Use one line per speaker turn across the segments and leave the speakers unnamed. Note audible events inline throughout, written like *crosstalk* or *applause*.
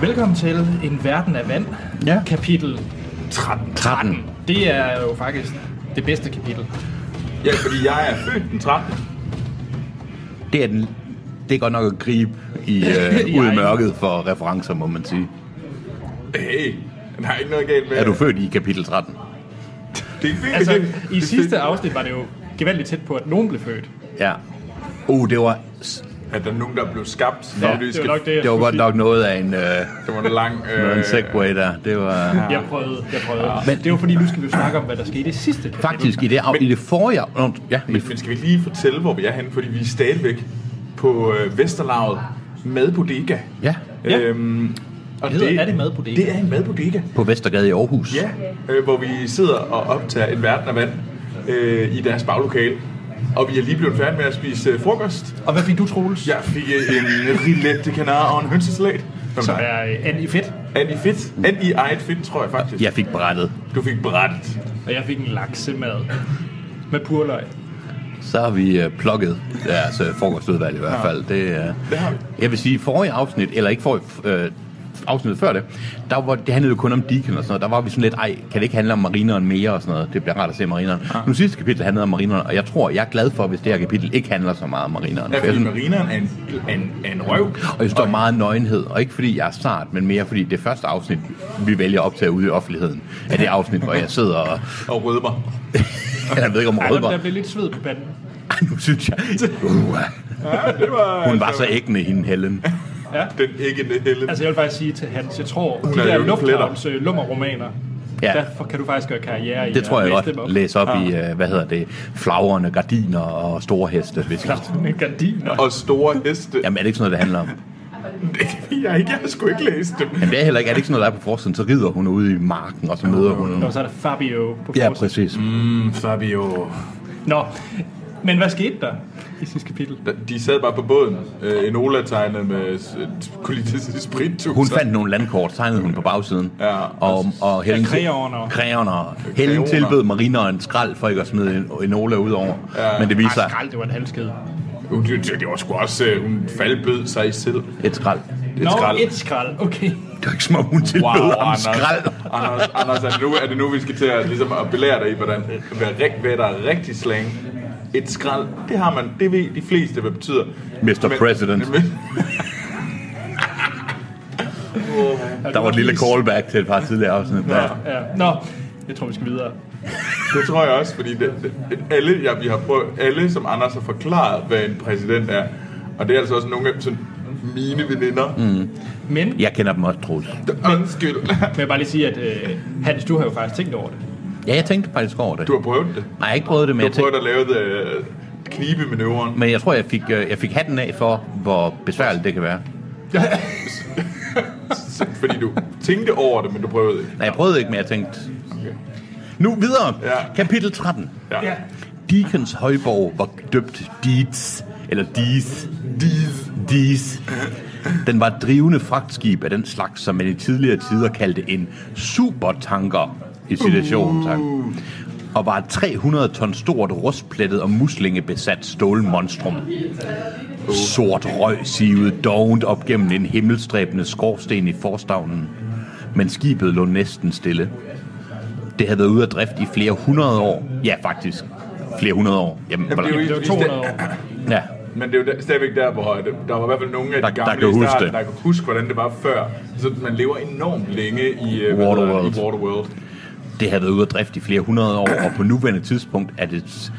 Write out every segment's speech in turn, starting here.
Velkommen til En Verden af Vand,
Ja.
kapitel
13.
13. Det er jo faktisk det bedste kapitel.
Ja, fordi jeg er født den 13.
Det er, den, det er godt nok at gribe i, øh,
I
ud i
egen.
mørket for referencer, må man sige.
Hey, der er ikke noget galt med
Er du født i kapitel 13?
Det er fint.
Altså, *laughs* i sidste afsnit var det jo gevaldigt tæt på, at nogen blev født.
Ja. Uh, det var,
At der er nogen, der blev skabt.
Ja, det var nok det, jeg
det var
skulle
godt
sige.
nok noget af en, øh,
Det var en lang... øh,
noget af en segway der. Det var
Jeg prøvede, jeg prøvede. Men det er jo fordi, nu skal vi jo snakke om, hvad der skete i det sidste kapitel.
faktisk i det, af, i det forrige... Nå, ja, i-
Men skal vi lige fortælle, hvor vi er henne? Fordi vi er stadigvæk på øh, Vesterlaget med bodega.
ja,
Ja.
Øhm, og
Det hedder, er det madbodega?
Det er en madbodega,
på Vestergade i Aarhus.
ja. Øh, hvor vi sidder og optager en verden af vand øh, i deres baglokale. Og vi er lige blevet færdige med at spise øh, frokost.
Og hvad fik du, Troels?
Jeg fik øh, en rillette de kanar og en hønsesalat.
Som er øh, and i fedt,
And i fedt. And i eget fedt, tror jeg faktisk.
Jeg fik brættet.
Du fik brættet.
og jeg fik en laksemad med purløg.
Så har vi øh, plukket deres øh, frokostudvalg i hvert fald. Det, øh,
Det har vi.
jeg vil sige, forrige afsnit, eller ikke forrige, øh, afsnittet før det, der var, det handlede jo kun om Deacon og sådan noget. Der var vi sådan lidt, ej, kan det ikke handle om marineren mere og sådan noget? Det bliver rart at se marineren. Ja. Nu sidste kapitel handlede om marineren, og jeg tror, jeg er glad for, hvis det her kapitel ikke handler så meget om marineren.
Ja,
For jeg
fordi
synes-
marineren er en, en, en røv.
og jeg står meget nøgenhed, og ikke fordi jeg er sart, men mere fordi det første afsnit, vi vælger at optage ude i offentligheden, er det afsnit, hvor jeg
*laughs*
sidder og,
Og rødmer.
jeg ved ikke om
Ej, der, der
rødber.
blev lidt sved på panden.
Nu
*laughs*
synes jeg, uh,
Ja, det var,
hun var så æggende, hende Helen.
Den æggende helle.
Altså, jeg vil faktisk sige til Hans, jeg tror, de
er
der
jo en fletter.
lufthavns øh, lummerromaner,
Ja.
der kan du faktisk gøre karriere i.
Det tror jeg godt.
godt.
Læs op i, øh, hvad hedder det, flagrende gardiner og store heste. Hvis ja.
Gardiner.
Og store heste.
Jamen er det ikke sådan noget, det handler om?
*laughs* Jeg, har ikke, jeg har sgu ikke læst dem.
Jamen det er heller ikke, er det ikke sådan noget, der er på forsiden. Så rider hun ude i marken, og så møder hun...
Og så er der Fabio på
Ja,
forsiden.
præcis.
Fabio.
Nå, men hvad skete der i sidste kapitel?
De sad bare på båden. Øh, en Ola tegnede med s- et- kolitis sprintus.
Hun fandt nogle landkort, tegnede hun på bagsiden.
Ja.
og, og Helen,
Ja, kreoner.
kreoner. Helen
Kreoner.
tilbød marineren skrald for ikke at smide en, en Ola ud over. Ja. Men det viser
Ej,
sig
skrald, det var en halvskede.
Hun, det, det var sgu også, øh, hun faldbød sig selv.
et skrald.
Et
Nå,
skrald.
et skrald, okay.
Det er ikke som om, hun tilbød
Wow,
wow, ham
Anders.
skrald.
Anders, Anders er, det nu, er det nu, vi skal til at, ligesom, at belære dig i, hvordan, hvad, rig- hvad der er rigtig slang? Et skrald, det har man, det ved de fleste, hvad det betyder.
Mr. President.
Men,
Der var et lille callback til et par tidligere afsnit. Ja.
Ja, nå, jeg tror, vi skal videre.
Det tror jeg også, fordi det, det, alle, ja, vi har prøvet, alle, som Anders har forklaret, hvad en præsident er, og det er altså også nogle af sådan, mine veninder. Mm.
Men
Jeg kender dem også, Troels.
Undskyld.
må jeg bare lige sige, at øh, Hans, du har jo faktisk tænkt over det.
Ja, jeg tænkte faktisk over det.
Du har prøvet det.
Nej, jeg har ikke prøvet det, men
Du
jeg
har
tænkte...
prøvet at lave det knibemanøvren.
Men jeg tror, jeg fik, øh, jeg fik hatten af for, hvor besværligt det kan være.
Fordi du tænkte over det, men du prøvede ikke.
Nej, jeg prøvede ikke, men jeg tænkte...
Okay.
Nu videre.
Ja.
Kapitel 13.
Ja. ja.
Deacons højborg var døbt Deeds, eller Dees. Dees. Dees. Den var et drivende fragtskib af den slags, som man i tidligere tider kaldte en supertanker i situationen. Tak. Og var et 300 ton stort rustplettet og muslingebesat stålmonstrum. Sort røg sivede dovent op gennem en himmelstræbende skorsten i forstavnen. Men skibet lå næsten stille. Det havde været ude af drift i flere hundrede år. Ja, faktisk. Flere hundrede år. Jamen, hvor
Det er jo
langt?
i-
Det var
i
200
stedet-
år.
Ja.
Men det er jo der, stadigvæk der, hvor det, der var i hvert fald nogle af de
Der-
der,
der
gamle
kan
i
huske
starten,
det.
der kan huske, hvordan det var før. Så man lever enormt længe i, øh, hvad hedder det,
Waterworld.
i Waterworld.
Det har været ude af drift i flere hundrede år, og på nuværende tidspunkt er det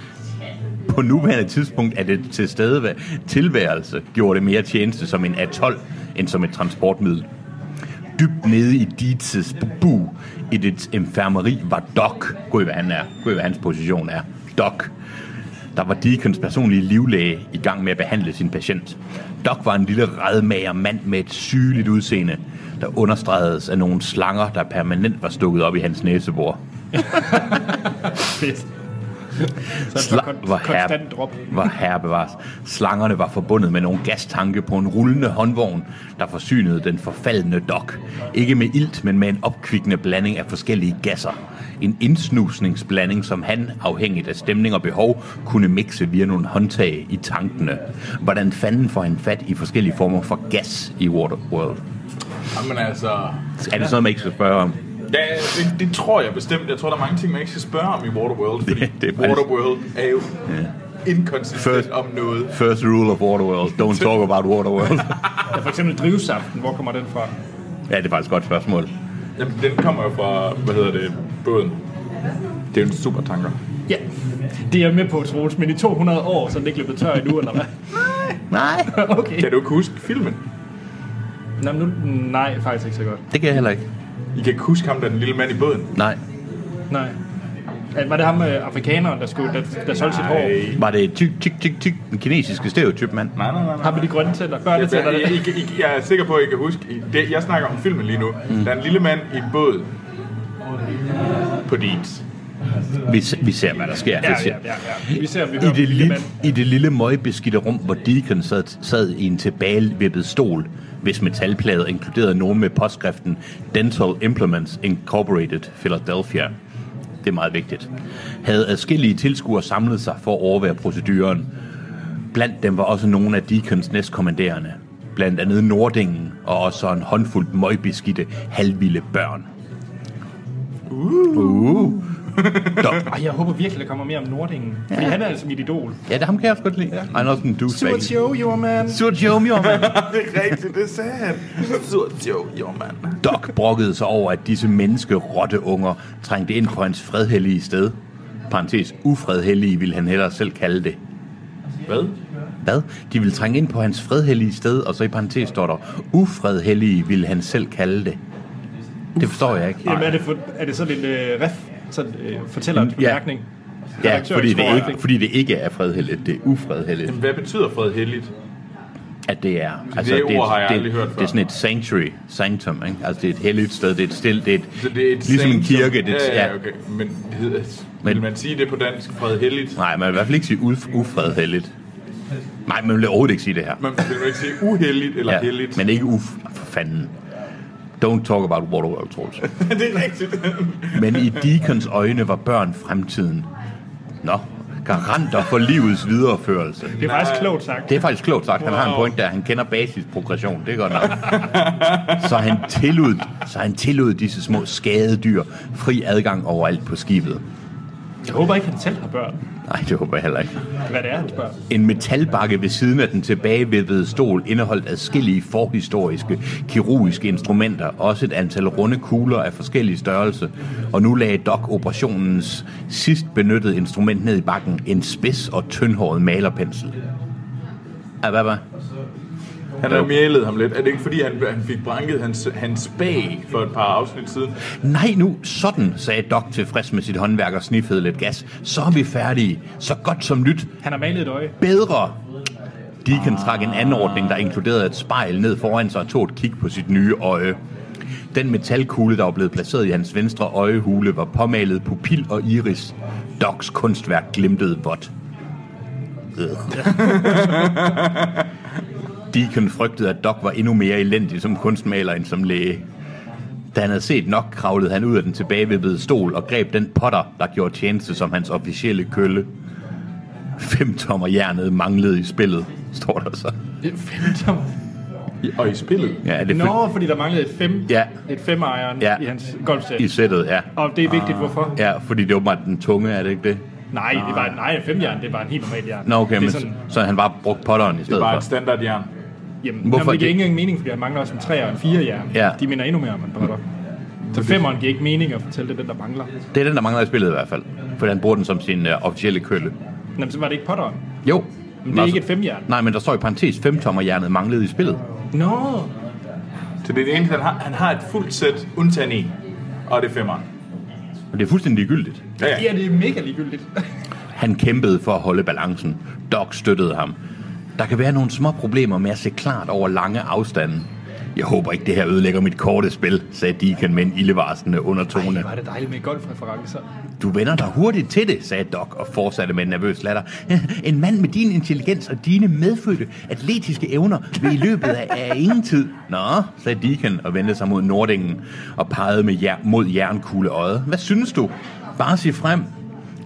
på nuværende tidspunkt er det til stede tilværelse gjorde det mere tjeneste som en atol end som et transportmiddel. Dybt nede i Dietzes bu i dets infirmeri var Doc. Gud, hvad han er. Gud, hvad hans position er. Doc. Der var Deacons personlige livlæge i gang med at behandle sin patient. Doc var en lille redmager mand med et sygeligt udseende, der understregedes af nogle slanger, der permanent var stukket op i hans næsebor.
*laughs* Fedt. Så er
Sla-
det kon-
var
konstant drop.
var herre bevares. Slangerne var forbundet med nogle gastanke på en rullende håndvogn, der forsynede den forfaldende dok. Ikke med ilt, men med en opkvikkende blanding af forskellige gasser. En indsnusningsblanding, som han, afhængigt af stemning og behov, kunne mixe via nogle håndtag i tankene. Hvordan fanden får han fat i forskellige former for gas i Waterworld?
Jamen altså,
Er det sådan noget, man ikke skal spørge om?
Ja, det, det tror jeg bestemt. Jeg tror, der er mange ting, man ikke skal spørge om i Waterworld, *laughs* fordi
Det-
det,
det er
det
faktisk-
Waterworld er jo ja. inkonsistent
First-
om noget.
First rule of Waterworld. Don't talk about Waterworld. *laughs*
Ja, for eksempel drivsaften, hvor kommer den fra?
ja, det er faktisk et godt spørgsmål.
Jamen, den kommer jo fra, hvad hedder det, båden. Det er jo en supertanker.
Ja, det er jeg med på, Troels, men i 200 år, så er den ikke løbet tør endnu, eller hvad? *laughs*
Nej,
Okay.
Kan du ikke huske filmen?
Nå, men nu, nej, faktisk ikke så godt.
det kan jeg heller ikke.
I kan ikke huske ham, der er den lille mand i båden.
Nej.
Nej. Øh, Var det ham med afrikaneren, der, skulle, der, der solgte sit hår?
Var det tyk, tyk, tyk, tyk, den kinesiske stereotyp, mand?
Nej, nej, nej. nej.
Ham med de grønne tænder,
Jeg, jeg,
børnetænder.
jeg, I, I, jeg er sikker på, at I kan huske. I- Det, jeg snakker om filmen lige nu. Mm. Der er en lille mand i en båd på dit.
Vi, se- vi ser, hvad der sker.
Ja,
Vi ser.
ja, ja, ja. Vi ser, om vi
I
hører
det,
lille
lille,
mand.
I det lille møgbeskidte rum, hvor Deacon sad, sad i en tilbagevippet stol, hvis metalplader inkluderede nogen med påskriften Dental Implements Incorporated Philadelphia. Det er meget vigtigt. Havde adskillige tilskuere samlet sig for at overvære proceduren. Blandt dem var også nogle af Deacons næstkommanderende. Blandt andet Nordingen og også en håndfuld møgbeskidte halvvilde børn.
Ej, jeg håber virkelig, der kommer mere om Nordingen. Fordi han er altså mit idol.
Ja, det ham kan jeg også godt lide. Ja. Han er også en douchebag.
show, your man.
Surt jo, jo, mand.
*laughs* Det er rigtigt, det sagde han. Surt jo, jo mand.
*laughs* Doc brokkede sig over, at disse menneskerotteunger trængte ind på hans fredhellige sted. Parentes, ufredhellige ville han hellere selv kalde det.
Hvad?
Hvad? De ville trænge ind på hans fredhellige sted, og så i parentes står der, ufredhellige ville han selv kalde det. Det forstår jeg ikke.
Jamen, er det, for, er det sådan en øh, ref, sådan, øh, fortæller en
Ja.
bemærkning?
Ja, fordi det,
tror altså, jeg.
ikke, fordi det ikke er fredhelligt, det er ufredhelligt.
Hvad betyder fred heldigt?
At det er. altså,
det ord har jeg
det,
aldrig hørt
det,
før.
det er sådan et sanctuary, sanctum, ikke? Altså det er et helligt sted, det er et stil, det er et,
Så det er et
ligesom en
sanctum.
kirke. Det,
ja, ja, okay. Men, det hedder,
Men-
vil man sige det på dansk, fred heldigt?
Nej, man vil i hvert fald ikke sige uf- ufredhelligt. Nej, man vil overhovedet ikke sige det her.
Man vil man ikke sige uheldigt eller ja, heldigt.
men ikke uf... For fanden. Don't talk about Waterworld,
*laughs*
Troels.
det er rigtigt.
Men i Deacons øjne var børn fremtiden. Nå, garanter for livets videreførelse.
Det er faktisk klogt sagt.
Det er faktisk klogt sagt. Han har en point der. Han kender basisprogression. Det er godt nok. Så han tillod, så han tillod disse små skadedyr fri adgang overalt på skibet.
Jeg håber ikke, han selv har børn.
Nej, det håber jeg heller ikke.
Hvad det er, han spørger.
En metalbakke ved siden af den tilbagevippede stol indeholdt adskillige forhistoriske kirurgiske instrumenter, også et antal runde kugler af forskellige størrelse, og nu lagde Doc operationens sidst benyttede instrument ned i bakken, en spids og tyndhåret malerpensel. Ah, hvad, hvad?
Han har mjælet ham lidt. Er det ikke fordi, han, han fik branket hans, hans bag for et par afsnit siden?
Nej nu, sådan, sagde Doc tilfreds med sit håndværk og sniffede lidt gas. Så er vi færdige. Så godt som nyt,
Han har malet et øje.
bedre. Deacon trak en anordning, der inkluderede et spejl ned foran sig og tog et kig på sit nye øje. Den metalkugle, der var blevet placeret i hans venstre øjehule, var påmalet pupil og iris. Docs kunstværk glimtede vådt. *laughs* Øh. Deacon frygtede, at Doc var endnu mere elendig som kunstmaler end som læge. Da han havde set nok, kravlede han ud af den tilbagevippede stol og greb den potter, der gjorde tjeneste som hans officielle kølle. Fem tommer jernet manglede i spillet, står der så.
Det er femtommer.
I- Og i spillet?
Ja, det er no.
Nå, fordi der manglede et fem,
Ja.
et femejeren
Ja.
i hans golfsæt.
i sættet, ja.
Og det er vigtigt, hvorfor? Ah.
Ja, fordi det er åbenbart den tunge, er det ikke det?
Ah. Nej, det er bare, nej, en femjern, det er bare en helt normal jern.
Nå, okay,
det er
men
sådan,
så han bare brugt potteren i
Det er
stedet
bare
for.
et standardjern.
jamen,
hvorfor
hvorfor jamen, det giver
det-
ikke engang mening, fordi han mangler også en 3 og en 4 jern.
Ja. Mm.
De minder endnu mere om en potter. Så femeren giver ikke mening at fortælle, det er den, der mangler.
Det er den, der mangler i spillet i hvert fald. For han bruger den som sin øh, officielle kølle.
Jamen, så var det ikke potteren.
Jo.
Men det er ikke et femjern.
Nej, men der står i parentes, femtommerjernet manglede i spillet.
Nå,
Så det er det eneste, han har. Han har et fuldt sæt, undtagen en. Og det er femmeren.
Og det er fuldstændig ligegyldigt.
Ja, ja.
ja, det er mega ligegyldigt.
Han kæmpede for at holde balancen. Doc støttede ham. Der kan være nogle små problemer med at se klart over lange afstande. Jeg håber ikke, det her ødelægger mit korte spil, sagde Deacon med en ildevarslende undertone.
Ej, var det dejligt med golfreferencer.
Du vender dig hurtigt til det, sagde Doc og fortsatte med en nervøs latter. *laughs* En mand med din intelligens og dine medfødte atletiske evner vil i løbet af, af ingen tid. Nå, sagde Deacon og vendte sig mod Nordingen og pegede med jer- mod jernkugleøjet. Hvad synes du? Bare sig frem.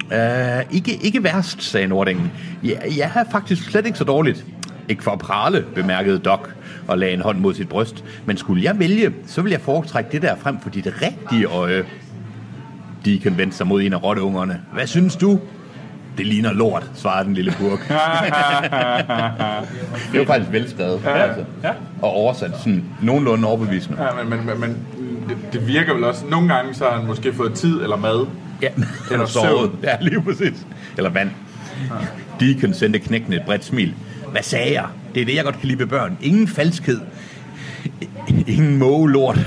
Uh, ikke, ikke værst, sagde Nordingen. Ja, jeg er faktisk slet ikke så dårligt. Ikke for at prale, bemærkede Doc og lagde en hånd mod sit bryst. Men skulle jeg vælge, så ville jeg foretrække det der frem for dit rigtige øje. Deacon vendte sig mod en af rotteungerne. Hvad synes du? Det ligner lort, svarede den lille burk. det var faktisk velskrevet. Ja, altså.
ja.
Og oversat sådan nogenlunde overbevisende.
ja men, men, men, men det, det, virker vel også. Nogle gange så har han måske fået tid eller mad.
Ja, den er Ah.
Eller
såret.
søvn.
Ja, lige præcis. Eller vand. Deacon sendte knækken et bredt smil. Hvad sagde jeg? Det er det, jeg godt kan lide ved børn. Ingen falskhed. Ingen mågelort.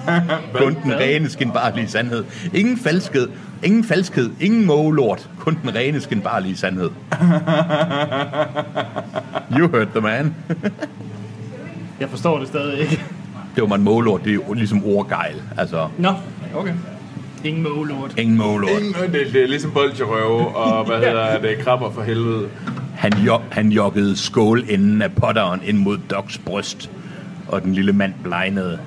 *laughs* Kun den rene skinbarlige sandhed. Ingen falskhed. Ingen falskhed. Ingen mågelort. Kun den rene skinbarlige *laughs* sandhed. You heard the man.
Jeg forstår det stadig ikke.
Det var man mågelort. Det er jo ligesom ordgejl. Altså,
Nå, okay. Ingen målort.
ingen mågelort.
Ingen- Det, det er ligesom bolcherøve og
*laughs*
hvad hedder det, krabber for helvede.
Han, jo- han joggede skålenden af potteren ind mod Docs bryst, og den lille mand blegnede.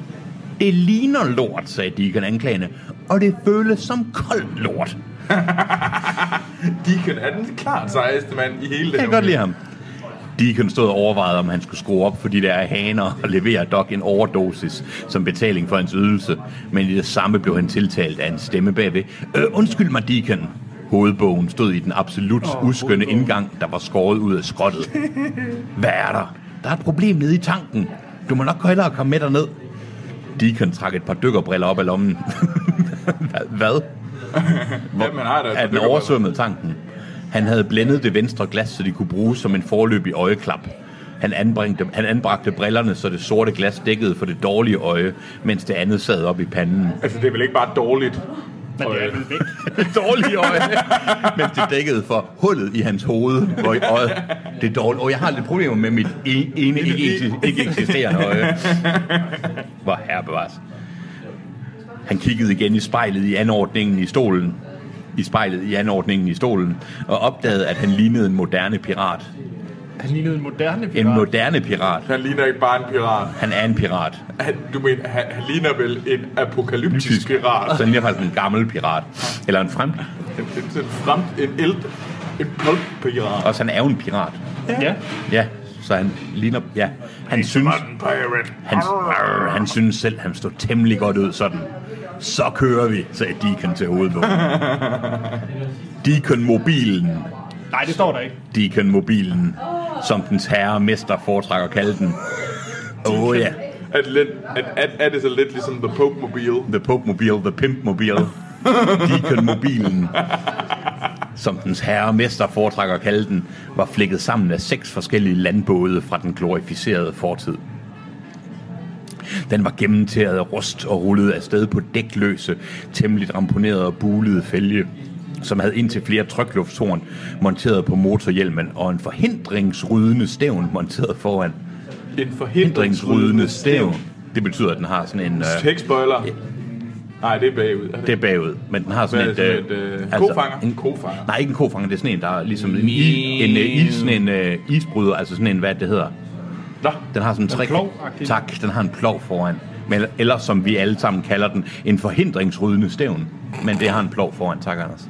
Det ligner lort, sagde Deacon anklagende, og det føles som koldt lort.
Deacon er den klart sejeste mand i hele det
Jeg kan godt lide ham. Deacon stod og overvejede, om han skulle skrue op for de der haner og levere Doc en overdosis som betaling for hans ydelse. Men i det samme blev han tiltalt af en stemme bagved. Øh, undskyld mig, Deacon. Hovedbogen stod i den absolut oh, uskønne indgang, der var skåret ud af skrottet. Hvad er der? Der er et problem nede i tanken. Du må nok hellere komme med derned. Deacon trak et par dykkerbriller op af lommen. *laughs* Hvad- Hvad?
*laughs* Ja, man har da et par
at den
dykkerbriller.
oversvømmede tanken. Han havde blændet det venstre glas, så de kunne bruges som en forløbig øjeklap. Han, anbringte, han anbragte brillerne, så det sorte glas dækkede for det dårlige øje, mens det andet sad op i panden.
Altså, det er vel ikke bare dårligt.
Men det er vel væk.
*laughs* Det dårlige øje, mens det dækkede for hullet i hans hoved, hvor i øjet det dårlige. Og jeg har lidt problemer med mit e- ene *laughs* ikke, eksi- ikke eksisterende øje. Hvor herre bevares. Han kiggede igen i spejlet i anordningen i stolen. I spejlet i anordningen i stolen. Og opdagede, at han lignede en moderne pirat.
Han lignede en moderne pirat.
En moderne pirat.
øh, Han ligner ikke bare en pirat.
Han er en pirat.
Han, du mener, han, han ligner vel en apokalyptisk pirat.
Så han er faktisk en gammel pirat. Eller en fremmed.
En, en, en, fremt, en eld, en pulp-pirat.
Også han er jo en pirat.
Ja.
Ja, så han ligner... Ja, han synes...
Pirate.
Han, han synes selv, han står temmelig godt ud sådan. Så kører vi, sagde Deacon til hovedbogen. Deacon-mobilen.
Nej, det står der ikke.
Deacon-mobilen, som dens herre og mester foretrækker at kalde den. Åh oh, ja,
Er det, lidt, er, er, er det så lidt ligesom The Pope Mobile?
The Pope-mobil, The Pimp-mobil. Deacon-mobilen, som dens herre og mester foretrækker at kalde den, var flækket sammen af seks forskellige landbåde fra den glorificerede fortid. Den var gennemtæret af rust og rullede afsted på dækløse, temmelig ramponerede og bulede fælge, som havde indtil flere trykluftshorn monteret på motorhjelmen og en forhindringsrydende stævn monteret foran.
En
Forhindringsrydende
forhindringsrydende
stævn. Det betyder, at den har sådan en... øh,
Tech-spoiler. Nej, det er bagud. Er det?
Det er bagud, men den har sådan
Hvad
et...
er det,
øh,
sådan et, øh, kofanger?
En
Kofanger.
Nej, ikke en kofanger, det er sådan en, der er ligesom en, i, en, øh, is, sådan en øh, isbryder, altså sådan en, hvad det hedder.
Nå,
Den har sådan en tre...
plov-agtig.
Tak, den har en plov foran. Men, eller som vi alle sammen kalder den, en forhindringsrydende stævn. Men det har en plov foran, tak
*laughs*
Anders.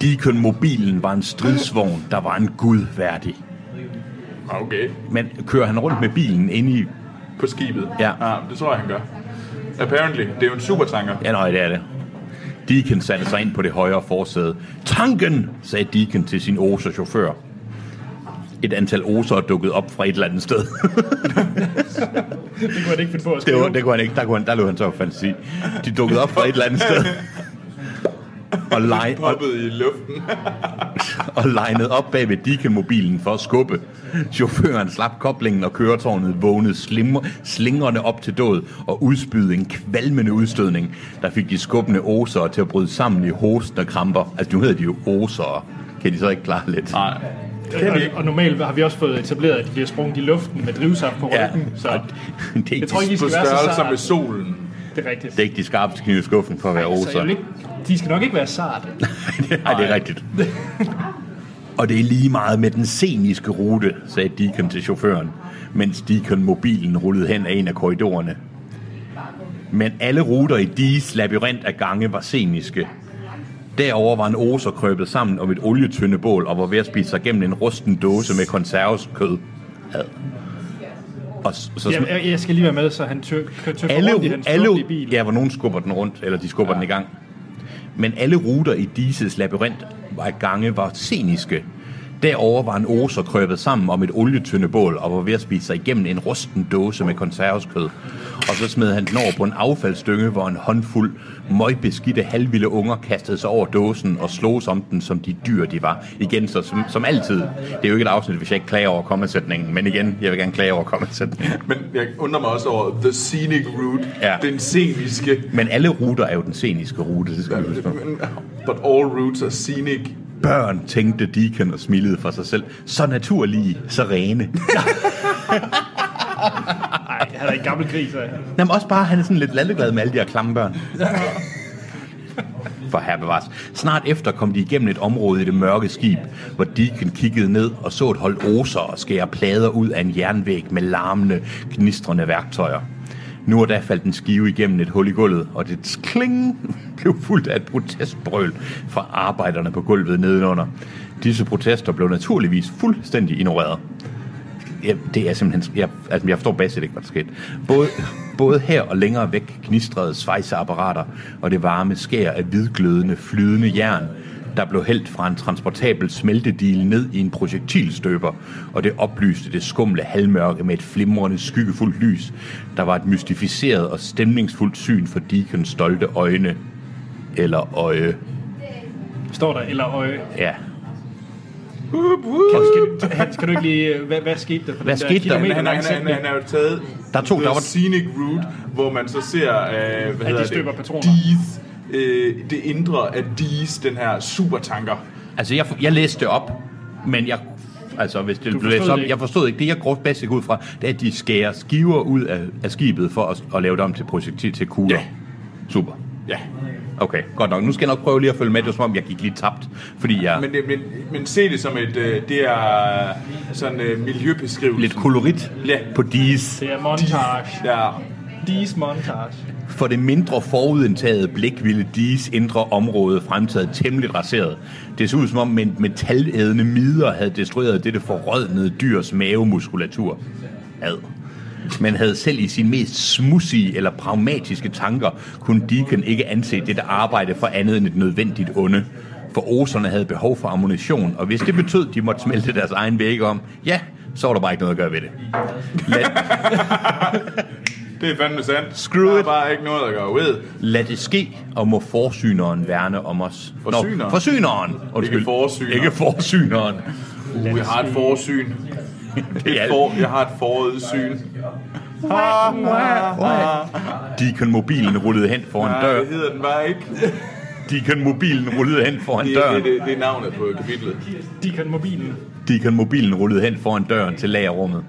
Deacon-mobilen var en stridsvogn, der var en gud værdig.
okay.
Men kører han rundt med bilen inde i...
På skibet.
Ja.
Ah, det tror jeg, han gør. Apparently. Det er jo en supertanker.
Ja, nej, det er det. Deacon satte sig ind på det højre forsæde. Tanken, sagde Deacon til sin oser-chauffør. Et antal oser er dukket op fra et eller andet sted.
Det kunne jeg ikke finde på at
*laughs* Det,
skrive.
var, det kunne han ikke. Der, kunne han, der lå han så af fantasi. De dukkede op fra et eller andet sted. *laughs* Og, line, og,
Poppet i luften.
og linede op bag ved Deacon-mobilen for at skubbe. Chaufføren slap koblingen, og køretårnet vågnede slimmer, slingrende op til død og udspydede en kvalmende udstødning, der fik de skubbende åsere til at bryde sammen i hosten og kramper. Altså, nu hedder de jo åsere. Kan de så ikke klare
Ah,
lidt? Nej.
Og, og normalt har vi også fået etableret, at de bliver sprunget i luften med drivsaft på
Ja,
ryggen. Ja. Så
og *laughs* det, det, er ikke,
jeg tror ikke,
de,
de
På
skal være så
størrelse med
sart.
solen.
Det er rigtigt.
det er ikke de skarpeste knive i skuffen for at være
så altså, jeg
åsere.
vil ikke, de skal nok ikke være sart.
Nej, det er rigtigt. Og det er lige meget med den sceniske rute, sagde Deacon til chaufføren, mens Deacon-mobilen rullede hen ad en af korridorerne. Men alle ruter i Dis labyrint af gange var sceniske. Derover var en oser krøbet sammen om et olietøndebål og var ved at spise sig gennem en rusten dåse med konserveskød. Had. Og så, så
Jeg, jeg, jeg skal lige være med, så han tør, kører tør
alle,
rundt i hans
alle,
alle, bil.
ja, hvor nogen skubber den rundt, eller de skubber ja. den i gang. Men alle ruter i Dises labyrint var i gange var sceniske. Derover var en oser krøbet sammen om et olietøndebål og var ved at spise sig igennem en rusten dåse med konserveskød. Og så smed han den over på en affaldsdynge, hvor en håndfuld møgbeskidte halvvilde unger kastede sig over dåsen og slog om den, som de dyr de var. Igen, så som, som altid. Det er jo ikke et afsnit, hvis jeg ikke klager over kommasætningen, men igen, jeg vil gerne klage over kommasætningen.
Men jeg undrer mig også over The Scenic Route.
Ja.
Den sceniske.
Men alle ruter er jo den sceniske rute, det skal vi huske på.
But all routes are scenic.
Børn, tænkte Deacon og smilede for sig selv. Så naturlige, så rene.
Nej, han er en gammel gris. Er han.
Jamen også bare, han er sådan lidt lalleglad med alle de her klamme børn. For herre bevares. Snart efter kom de igennem et område i det mørke skib, hvor Deacon kiggede ned og så et hold oser og skære plader ud af en jernvæg med larmende, gnistrende værktøjer. Nu og da faldt en skive igennem et hul i gulvet, og det kling blev fuldt af et protestbrøl fra arbejderne på gulvet nedenunder. Disse protester blev naturligvis fuldstændig ignoreret. Ja, det er simpelthen... Jeg, altså, jeg forstår basalt ikke, hvad der skete. Både, både her og længere væk gnistrede svejseapparater og det varme skær af hvidglødende, flydende jern, der blev hældt fra en transportabel smeltedil ned i en projektilstøber, og det oplyste det skumle halvmørke med et flimrende, skyggefuldt lys, der var et mystificeret og stemningsfuldt syn for Deacons stolte øjne. Eller øje.
Står der, eller øje.
Ja.
Skal, Hans, kan du ikke lige... øh, Hvad, hvad skete der for
Hvad
den
skete der?
der?
Han,
kilometer
han,
lange
han, han,
sætning?
han er jo taget
Der er to,
The
der var-
Scenic Route, hvor man så ser, øh, hvad
At de
hedder
støber
det?
patroner.
Dees, øh, det indre af Dees, den her supertanker.
Altså, jeg, jeg læste det op, men jeg... Altså, hvis det blev
forstod
læst
det
op,
ikke?
jeg forstod ikke. Det, jeg grovt bedst ud fra, det er, at de skærer skiver ud af, af skibet for at, at lave det om til projektil til kugler.
Ja.
Super.
Ja.
Okay, godt nok. Nu skal jeg nok prøve lige at følge med. Det var som om, jeg gik lige tabt, fordi jeg... Men,
Men, det- men, men se det som et, øh, det er sådan øh, miljøbeskrivelse.
lidt kolorit
Ja.
på dis.
Det er montage.
Ja.
Dis montage.
For det mindre forudindtaget blik ville dis indre område fremtaget temmelig raseret. Det så ud som om, en metalædende midler havde destrueret dette forrådnede dyrs mavemuskulatur. Ad. Men havde selv i sine mest smussige eller pragmatiske tanker, kunne Deacon ikke anse dette arbejde for andet end et nødvendigt onde. For oserne havde behov for ammunition, og hvis det betød, de måtte smelte deres egen væg om, ja, så var der bare ikke noget at gøre ved det. Lad,
Det er fandme sandt.
Screw
der er
it.
bare ikke noget at gøre ved.
Lad det ske, og må forsyneren værne om os. Nå,
Forsyneren?
forsyneren.
Ikke forsyneren.
Ikke forsyneren.
Uh, jeg har et
*laughs*
forsyn.
Det er
Et for, jeg har et forudsyn.
Deacon-mobilen rullede hen foran
Nej,
dør.
det hedder den bare ikke.
Deacon-mobilen rullede hen foran
Det, er- det,
døren.
det, det er navnet på kapitlet.
De kan mobilen.
Deacon-mobilen rullede hen foran døren til lagerrummet.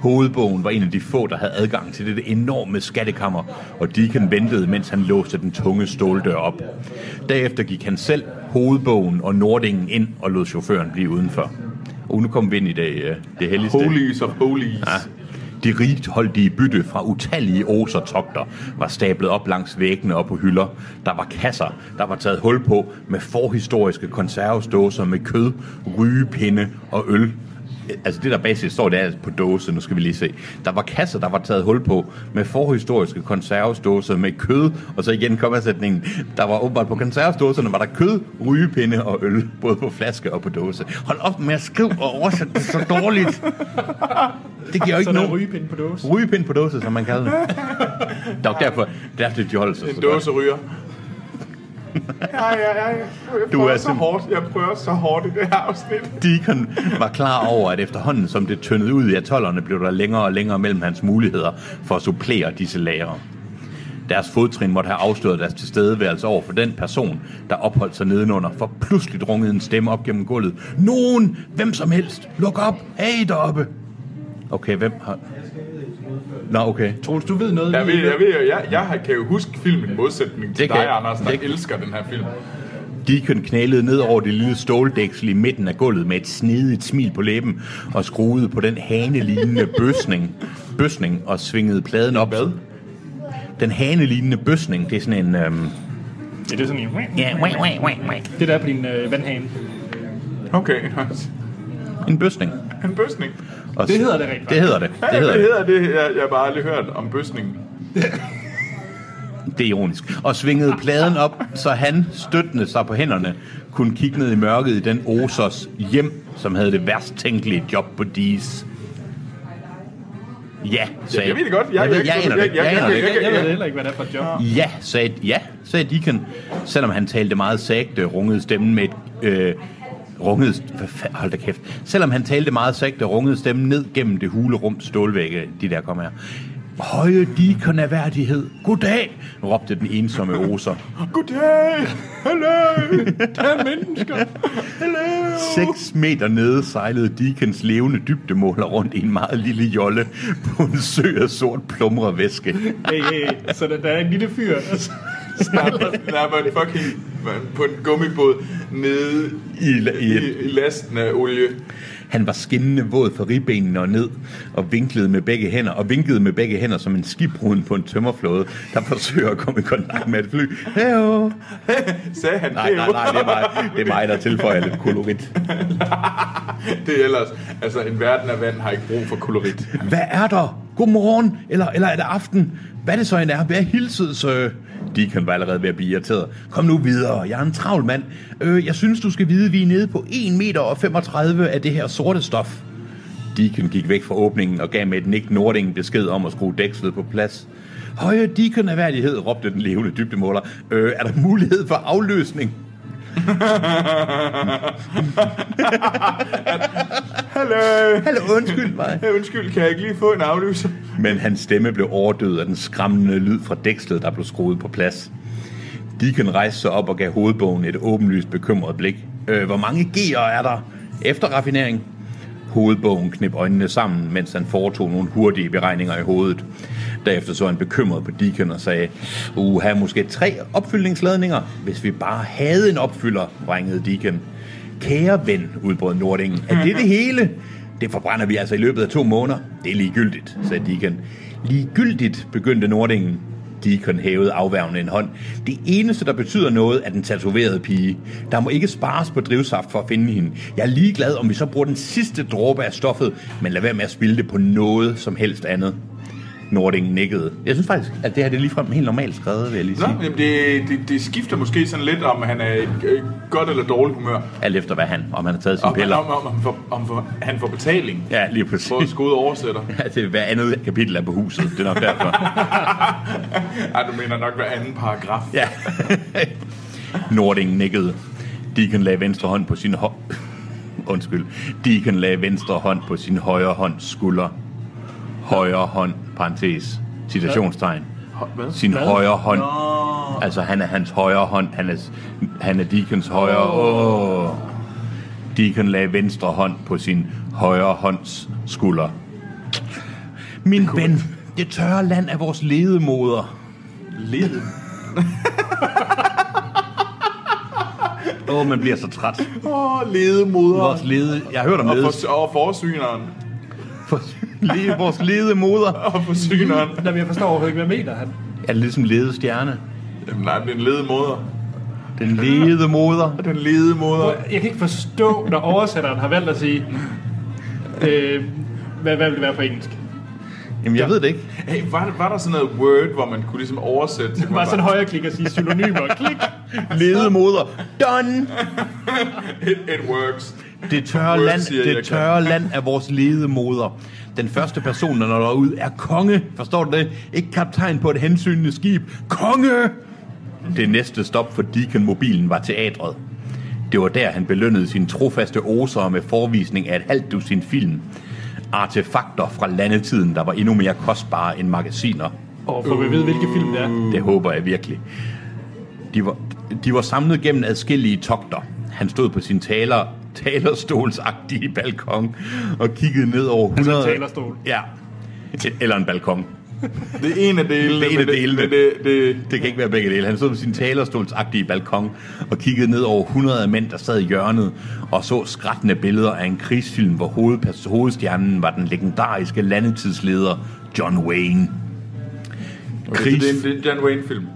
Hovedbogen var en af de få, der havde adgang til dette enorme skattekammer, og Deacon ventede, mens han låste den tunge ståldør op. Derefter gik han selv, hovedbogen og Nordingen ind og lod chaufføren blive udenfor. Og nu kom vi ind i det, øh, det helligste.
Holies of holies.
Ja. De rigtholdige bytte fra utallige åsertogter var stablet op langs væggene og på hylder. Der var kasser, der var taget hul på med forhistoriske konservesdåser med kød, rygepinde og øl. altså det der basis står, det er på dåse, nu skal vi lige se. Der var kasser, der var taget hul på med forhistoriske konservesdåser med kød, og så igen kommasætningen. Der var åbenbart på konservesdåserne, var der kød, rygepinde og øl, både på flaske og på dåse. Hold op med at skrive og oversætte det så dårligt. Det giver jo
Så
ikke
er der
nogen
rygepind på dåse.
rygepind på dåse, som man kalder det. *laughs* Det var derfor, derfor de holdt sig
En
så godt.
dåse ryger. Ja, ja, ja. Jeg
Du
prøver
er
så
sim-
hårdt. Jeg prøver så hårdt i det her afsnit.
Deacon var klar over, at efterhånden som det tyndede ud i atollerne, blev der længere og længere mellem hans muligheder for at supplere disse lagre. Deres fodtrin måtte have afsløret deres tilstedeværelse over for den person, der opholdt sig nedenunder, for pludselig rungede en stemme op gennem gulvet. Nogen! Hvem som helst! Luk op! Hey deroppe! Okay, hvem har... Nå, okay.
Troels, du ved noget.
Jeg
vi
ved,
ikke
jeg ved, jo, jeg, jeg kan jo huske filmen i modsætning til
Det kan
dig,
jeg.
Anders, der
Det-
elsker den her film.
Deacon knælede ned over det lille ståldæksel i midten af gulvet med et snedigt smil på læben og skruede på den hanelignende bøsning, bøsning og svingede pladen op. Hvad? Den hanelignende bøsning, det er sådan en... Øhm,
Ja, det er sådan en...
ja, wah, wah, wah, wah.
Det der er på din øh, vandhane.
Okay, *laughs*
en bøsning.
en bøsning.
Og
Det
s-
hedder det rent
Det hedder det. Det
Ja,
hedder
det
det.
hedder det. Jeg, jeg har bare aldrig hørt om bøsningen.
Det er ironisk. Og svingede pladen op, så han, støttende sig på hænderne, kunne kigge ned i mørket i den Osos hjem, som havde det værst tænkelige job på Dis. Ja, sagde
Jeg ved det godt.
Jeg, ved, jeg, aner det. Jeg aner det.
jeg- jeg-
Jeg ved
jeg-
heller ikke, hvad det er for et job.
Ja, sagde, ja, sagde Deacon. Selvom han talte meget sagte, rungede stemmen med et... Øh, rungede, hvad fa- hold da kæft. Selvom han talte meget sagte, rungede stemmen ned gennem det hule rum stålvægge, de der kom her. Høje Deacon af værdighed. Goddag, råbte den ensomme oser.
Goddag! Hallo!
Seks meter nede sejlede Deacons levende dybdemåler rundt i en meget lille jolle på en sø af sort plumre væske.
Hey, hey, så der, der er en lille fyr. Altså.
Nej, man fucking man, på en gummibåd nede
I, i,
i, i lasten af olie.
Han var skinnende våd fra ribbenene og ned, og vinklede med begge hænder, og vinkede med begge hænder som en skibruden på en tømmerflåde, der forsøger at komme i kontakt med et fly. Heyo.
Sagde han
Nej,
det
nej,
jo?
nej, det er mig, det er mig der tilføjer lidt kolorit.
Det er ellers, altså en verden af vand har ikke brug for kolorit.
Hvad er der? Godmorgen, eller, eller er det aften? Hvad er det så, en er? Hvad er hilset, så? øh, De kan være allerede ved at blive irriteret. Kom nu videre, jeg er en travl mand. Øh, jeg synes, du skal vide, vi er nede på 1 meter og 35 af det her sorte stof. Deacon gik væk fra åbningen og gav med et nik Nordingen besked om at skrue dækslet på plads. Høje Deacon af værdighed, råbte den levende dybdemåler. Øh, er der mulighed for afløsning?
Hallo!
Hallo, undskyld mig.
Undskyld, kan jeg ikke lige få en aflyser?
men hans stemme blev overdøvet af den skræmmende lyd fra dækslet, der blev skruet på plads. Deacon rejste sig op og gav hovedbogen et åbenlyst bekymret blik. Øh, hvor mange G'er er der? Efter raffinering? Hovedbogen knep øjnene sammen, mens han foretog nogle hurtige beregninger i hovedet. Derefter så han bekymret på Deacon og sagde, Uha, måske tre opfyldningsladninger? Hvis vi bare havde en opfylder, vrængede Deacon. Kære ven, udbrød Nordingen, er det det hele? Det forbrænder vi altså i løbet af to måneder. Det er ligegyldigt, sagde Deacon. Ligegyldigt, begyndte Nordingen. Deacon hævede afværgende en hånd. Det eneste, der betyder noget, er den tatoverede pige. Der må ikke spares på drivsaft for at finde hende. Jeg er ligeglad, om vi så bruger den sidste dråbe af stoffet, men lad være med at spille det på noget som helst andet. Nordingen nikkede. Jeg synes faktisk, at det her det er ligefrem helt normalt skrevet, vil jeg lige
Nå,
sige.
jamen det, det, det skifter måske sådan lidt, om han er i øh, godt eller dårligt humør.
Alt efter, hvad han, om han har taget sine
Om, om,
piller.
om, om, for, om for, han får betaling
Ja, lige
for at
præcis.
skode oversætter.
Det er hver andet kapitel er på huset. Det er nok derfor.
*laughs* Ej, du mener nok hver anden paragraf.
Ja. Nording nikkede. Deacon lagde venstre hånd på sin hå... Undskyld. Deacon lagde venstre hånd på sin højre hånds skulder. Højre hånd, parentes, citationstegn.
Hvad?
Sin højre hånd. Altså, han er hans højre hånd. Han er, han er Deacons højre... Åh. Deacon lagde venstre hånd på sin højre hånds skulder. Min ven, det tørre land er vores ledemoder. *laughs*
Lede.
Åh, oh, man bliver så træt.
Åh, oh, ledemoder.
Vores lede... Jeg har hørt om
Og,
lede...
for, og forsyneren.
For, lede vores ledemoder.
Og forsyneren.
Nå, men jeg forstår overhovedet ikke, hvad mener han.
Er det ligesom ledestjerne?
Jamen, nej, det er en ledemoder.
Den *laughs* ledemoder.
Den ledemoder.
Jeg kan ikke forstå, når oversætteren har valgt at sige, Øh, hvad, hvad vil det være på engelsk?
Jamen, jeg ved det ikke.
Hey, var, var der sådan noget Word, hvor man kunne ligesom oversætte? til-
Bare sådan højre klik og sige synonymer. Klik.
Lede moder. Done!
It, it works.
Det tørre,
Word
land,
siger jeg, jeg
det tørre land er vores ledemoder. Den første person, der når ud, er konge. Forstår du det? Ikke kaptajn på et hensynende skib. Konge! Det næste stop for Deacon-mobilen var teatret. Det var der, han belønnede sine trofaste osere med forvisning af et halvt dusin film. Artefakter fra landetiden, der var endnu mere kostbare end magasiner.
Og får vi at vide, hvilke film det er.
Det håber jeg virkelig. De var, de var samlet gennem adskillige togter. Han stod på sin taler, talerstolsagtige balkon og kiggede ned over
Altså
100...
talerstol.
Ja. Eller en balkon.
Det er en af delene.
Det er en af
men
delene.
men Det, det,
Det kan ikke være begge dele. Han stod på sin talerstolsagtige balkon og kiggede ned over 100 mænd, der sad i hjørnet og så skrættende billeder af en krigsfilm, hvor hovedpas- hovedstjernen var den legendariske landetidsleder John Wayne.
okay, så
Krigs-
det, er en, det er en John Wayne-film.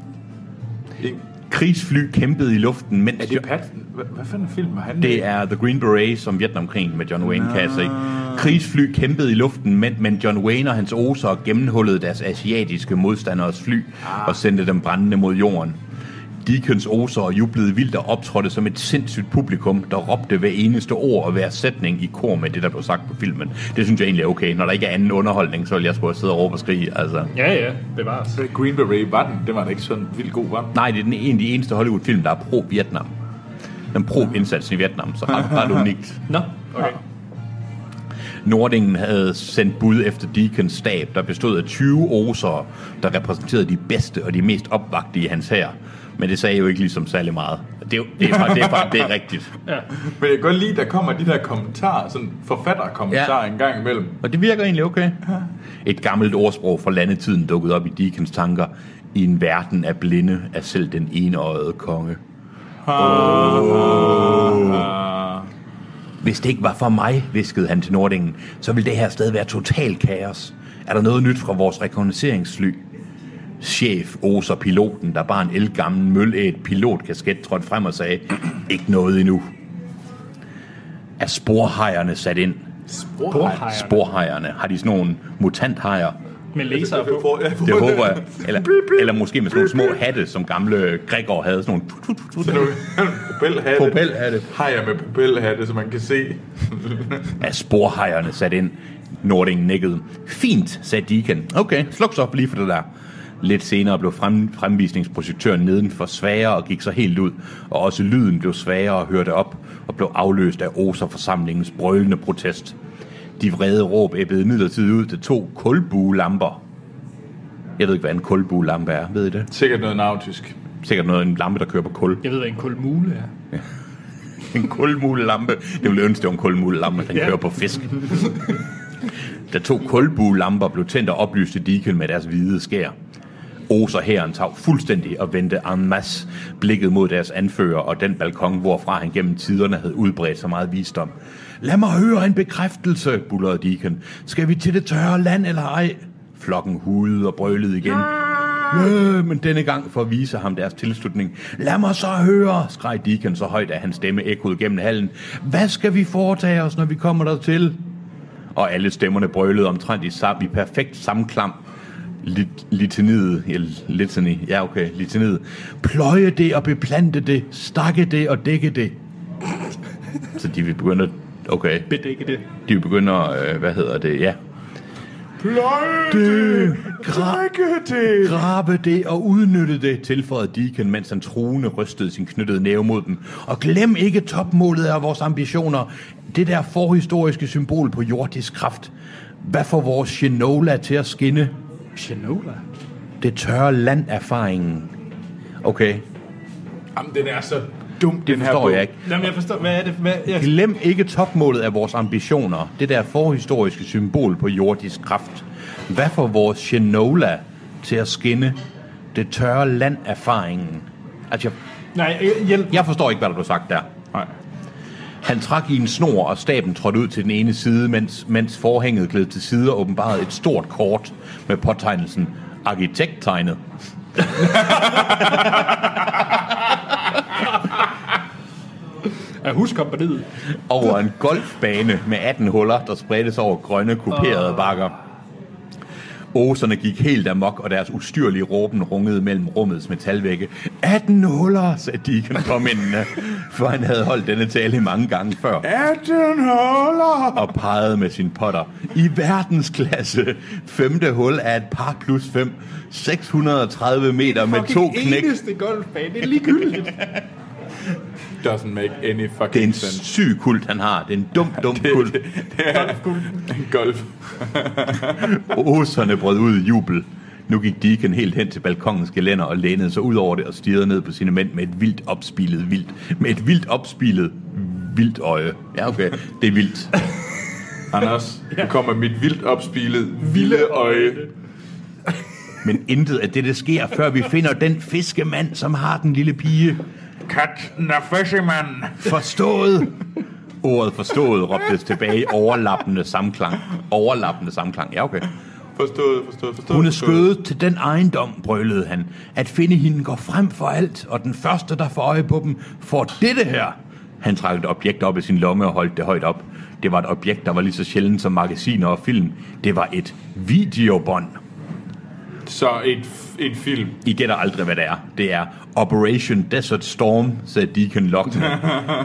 En-
Krigsfly kæmpede i luften, mens...
Er det Pat? Hvad, hvad for en film er han? med?
Det er The Green Beret som Vietnamkrigen med John Wayne, kan jeg se. Krigsfly kæmpede i luften, men, men John Wayne og hans oser gennemhullede deres asiatiske modstanderes fly og sendte dem brændende mod jorden. Deacons oser jublede vildt og optrådte som et sindssygt publikum, der råbte hver eneste ord og hver sætning i kor med det, der blev sagt på filmen. Det synes jeg egentlig er okay. Når der ikke er anden underholdning, så vil jeg sgu også sidde og råbe og skrige. Altså.
Ja, ja. Bevares.
Så Green Beret var den. Den var da ikke sådan vildt god, var den?
Nej, det er den en af de eneste Hollywood-film, der er pro-Vietnam. Den pro-indsatsen i Vietnam, så ret, ret unikt.
Nå, okay.
Nordingen havde sendt bud efter Deacons stab, der bestod af 20 osere, der repræsenterede de bedste og de mest opvagte i hans hær. Men det sagde jo ikke ligesom særlig meget. Det er, jo- det er, fra, det er, fra, det er rigtigt.
Men jeg kan godt lide, der kommer de der kommentarer, sådan forfatterkommentarer ja. en gang imellem.
Og det virker egentlig okay. Et gammelt ordsprog fra landetiden dukkede op i Deacons tanker. I en verden af blinde er selv den enøjede konge. Hvis det ikke var for mig, viskede han til Nordingen, så ville det her sted være total kaos. Er der noget nyt fra vores rekognosceringsfly? Chef oser piloten, der bar en elgammel mølæt pilotkasket, trådte frem og sagde, ikke noget endnu. Er sporhejerne sat ind?
Sporhejerne.
Sporhejerne. Har de sådan nogle mutanthajer?
Med laser på.
Det
*laughs*
håber jeg. Eller, eller måske med sådan nogle små hatte, som gamle Gregor havde. Sådan nogle...
Propelhatte.
Propelhatte.
Hajer med propelhatte, så man kan se.
Er sporhejerne sat ind? Nordingen nikkede. Fint, sagde Deacon. Okay, sluk så op lige for det der. Lidt senere blev frem, fremvisningsprojektøren nedenfor svagere og gik så helt ud, og også lyden blev svagere og hørte op, og blev afløst af Oser-forsamlingens brølende protest. De vrede råb æbbede midlertidigt ud til to kulbuelamper. Jeg ved ikke, hvad en kulbuelampe er, ved I det?
Sikkert noget nautisk.
Sikkert noget en lampe, der kører på kul.
Jeg ved, hvad en kulmule er.
*laughs* En kulmulelampe. Det ville jeg ønske, det var en kulmulelampe, den
Ja.
kører på fisk. Da to kulbuelamper blev tændt og oplyste Deacon med deres hvide skær. Oser herren tag fuldstændig og vendte en masse blikket mod deres anfører og den balkon, hvorfra han gennem tiderne havde udbredt så meget visdom. Lad mig høre en bekræftelse, bullerede Deacon. Skal vi til det tørre land eller ej? Flokken hudede og brølede igen. Øh, men denne gang for at vise ham deres tilslutning. Lad mig så høre, skreg Deacon så højt, at hans stemme ekkoede gennem hallen. Hvad skal vi foretage os, når vi kommer dertil? og alle stemmerne brølede omtrent i, sam, i perfekt samklam. Lit- Litaniet, ja, litani, ja okay, litaniet. Pløje det og beplante det, stakke det og dække det. Så de vil begynde at, okay,
Bedække det.
de vil begynde at, øh, hvad hedder det, ja. Pløje det, gra- det, grabe det og udnytte det, tilføjede Deacon, mens han truende rystede sin knyttede næve mod dem. Og glem ikke topmålet af vores ambitioner, det der forhistoriske symbol på jordisk kraft. Hvad får vores Genola til at skinne?
Shinola.
Det tørre landerfaringen. Okay,
Jamen, den er så dum,
det
den her
forstår
bog.
jeg ikke.
Jamen, jeg forstår. Hvad er det? Hvad, jeg...
Glem ikke topmålet af vores ambitioner, det der forhistoriske symbol på jordisk kraft. Hvad får vores Shinola til at skinne det tørre landerfaringen? Altså, jeg,
Nej, øh, hjælp.
jeg forstår ikke, hvad der blev sagt der.
Nej.
Han trak i en snor, og staben trådte ud til den ene side, mens, mens forhænget gled til side og åbenbarede et stort kort med påtegnelsen arkitekttegnet.
Jeg husker på det.
over en golfbane med 18 huller, der spredtes over grønne, kuperede bakker. Oserne gik helt amok, og deres ustyrlige råben rungede mellem rummets metalvægge. 18 huller, sagde Deacon påmindende, for han havde holdt denne tale mange gange før
18 huller!
*laughs* og pegede med sin potter. I verdensklasse. Femte hul er et par plus 5. 630 meter med to knæk.
eneste golfbane. Det er *laughs* ligegyldigt.
Doesn't make any fucking
Det er en
sense.
syg kult, han har. Det er en dum, dum kult.
Golf.
Oserne brød ud i jubel. Nu gik Deacon helt hen til balkongens gelænder og lænede sig ud over det og stirrede ned på sine mænd med et vildt opspilet vildt. Med et vildt opspilet vildt øje. Ja, okay. Det er vildt.
Anders, nu kommer mit vildt opspilet vilde øje.
Men intet af det, der sker, før vi finder den fiskemand, som har den lille pige.
Kat na fisherman.
Forstået! Ordet forstået råbtes tilbage i overlappende samklang. Overlappende samklang, ja okay.
Forstået, forstået, forstået.
Hun er
forstået.
skødet til den ejendom, brølede han. At finde hende går frem for alt, og den første, der får øje på dem, får dette her. Han trak et objekt op i sin lomme og holdt det højt op. Det var et objekt, der var lige så sjældent som magasiner og film. Det var et videobånd.
Så et, en film.
I gætter aldrig, hvad det er. Det er Operation Desert Storm, sagde Deacon Lockner.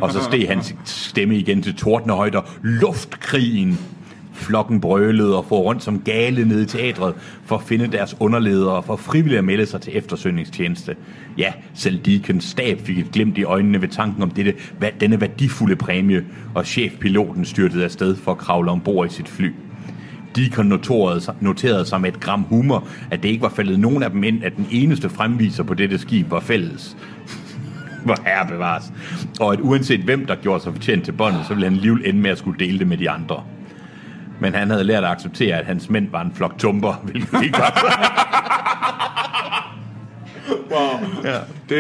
Og så steg hans stemme igen til tordnehøjder. Luftkrigen! Flokken brølede og for rundt som gale ned i teatret for at finde deres underledere og for frivilligt at melde sig til eftersøgningstjeneste. Ja, selv Deacons stab fik et glimt i øjnene ved tanken om dette, hvad, denne værdifulde præmie, og chefpiloten styrtede afsted for at kravle ombord i sit fly. Deacon noterede sig, noterede sig med et gram humor, at det ikke var faldet nogen af dem ind, at den eneste fremviser på dette skib var fælles. *laughs* Hvor herre bevares. Og at uanset hvem, der gjorde sig fortjent til båndet, så ville han alligevel ende med at skulle dele det med de andre. Men han havde lært at acceptere, at hans mænd var en flok tumper, *laughs* hvilket ikke var.
Det,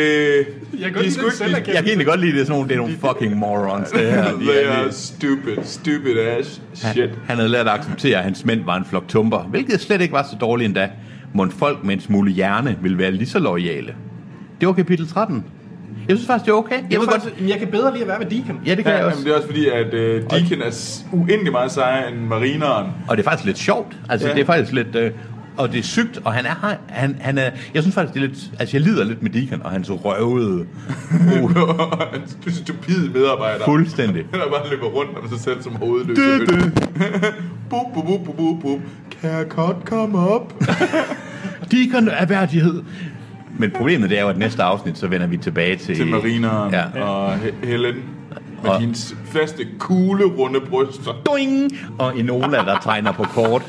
de
Jeg kan godt
er
lide
sgu
den
ikke... de-
Jeg kan egentlig godt lide, at det er sådan nogle, det er nogle fucking morons. Det her. De
They
er
are
lidt-
stupid, stupid ass shit.
Han havde lært at acceptere, at hans mænd var en flok tumper, hvilket slet ikke var så dårligt endda. Mon folk med en smule hjerne ville være lige så lojale. Det var kapitel 13. Jeg synes faktisk, det er okay. Jeg,
Jeg,
ved
vil
godt...
faktisk, godt... jeg kan bedre lige at være ved Deacon.
Ja, det kan
Ja,
ja,
jamen,
jeg også.
det er også fordi, at øh, Deacon er s- uendelig meget sejere end marineren.
Og det er faktisk lidt sjovt. Altså,
Ja.
ja. det er faktisk lidt... Øh, og det er sygt, og han er, han, han er... Jeg synes faktisk, det er lidt... Altså, jeg lider lidt med Deacon, og hans røvede
du er stupid medarbejder.
fuldstændig.
Der bare løber rundt om sig selv som hovedløs. *laughs* Bup, bup, bup, bup, bup, bup. Kan jeg godt komme op?
Deacon er værdighed. Men problemet det er jo, at næste afsnit, så vender vi tilbage til...
Til marineren
Ja.
ja. og He- Helen. Med
Og-
hendes faste, kugle, runde bryster.
Doing! Og Enola, der tegner på kort.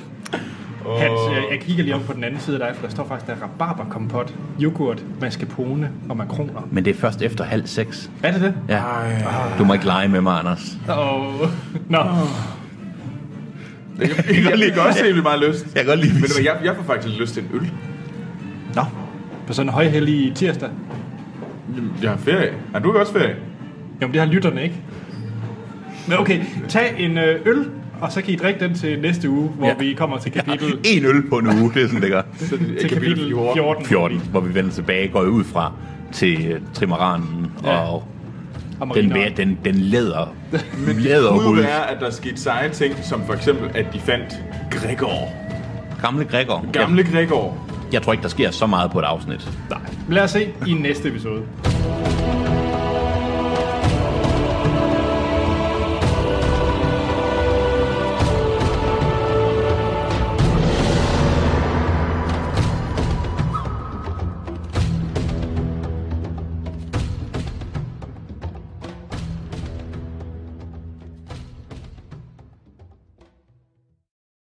Hans, øh, jeg, jeg kigger lige om på den anden side af dig, for der står faktisk, der er rabarberkompot, yoghurt, mascarpone og makroner.
Men det er først efter halv seks.
Er det det?
Ja. Du må ikke lege med mig, Anders.
Og... Nå,
Jeg kan, jeg kan godt se, at det er meget lyst.
Jeg kan godt lide
Men du, jeg, jeg får faktisk lyst til en øl.
Nå.
på sådan en højhellig tirsdag.
Jeg har ferie. Har du ikke også ferie?
Jo, men det har lytterne ikke. Men okay, tag en øh, øl, og så kan I drikke den til næste uge, hvor ja.
Ja.
vi kommer
*laughs*
til kapitel, ja.
En øl på en uge, det er sådan, det gør.
Så det
til kapitel 14.
14, hvor vi vender tilbage, går jeg ud fra til øh, trimaranen
Ja.
ja. og
Og
den,
marineren.
væ- den, den *laughs* læder. Men
Det
læder
kunne
ud.
jo være, at der skete seje ting, som for eksempel, at de fandt Gregor.
Gamle Gregor.
Gamle Gregor.
Jeg, jeg tror ikke, der sker så meget på et afsnit.
Nej. Lad os se i næste episode.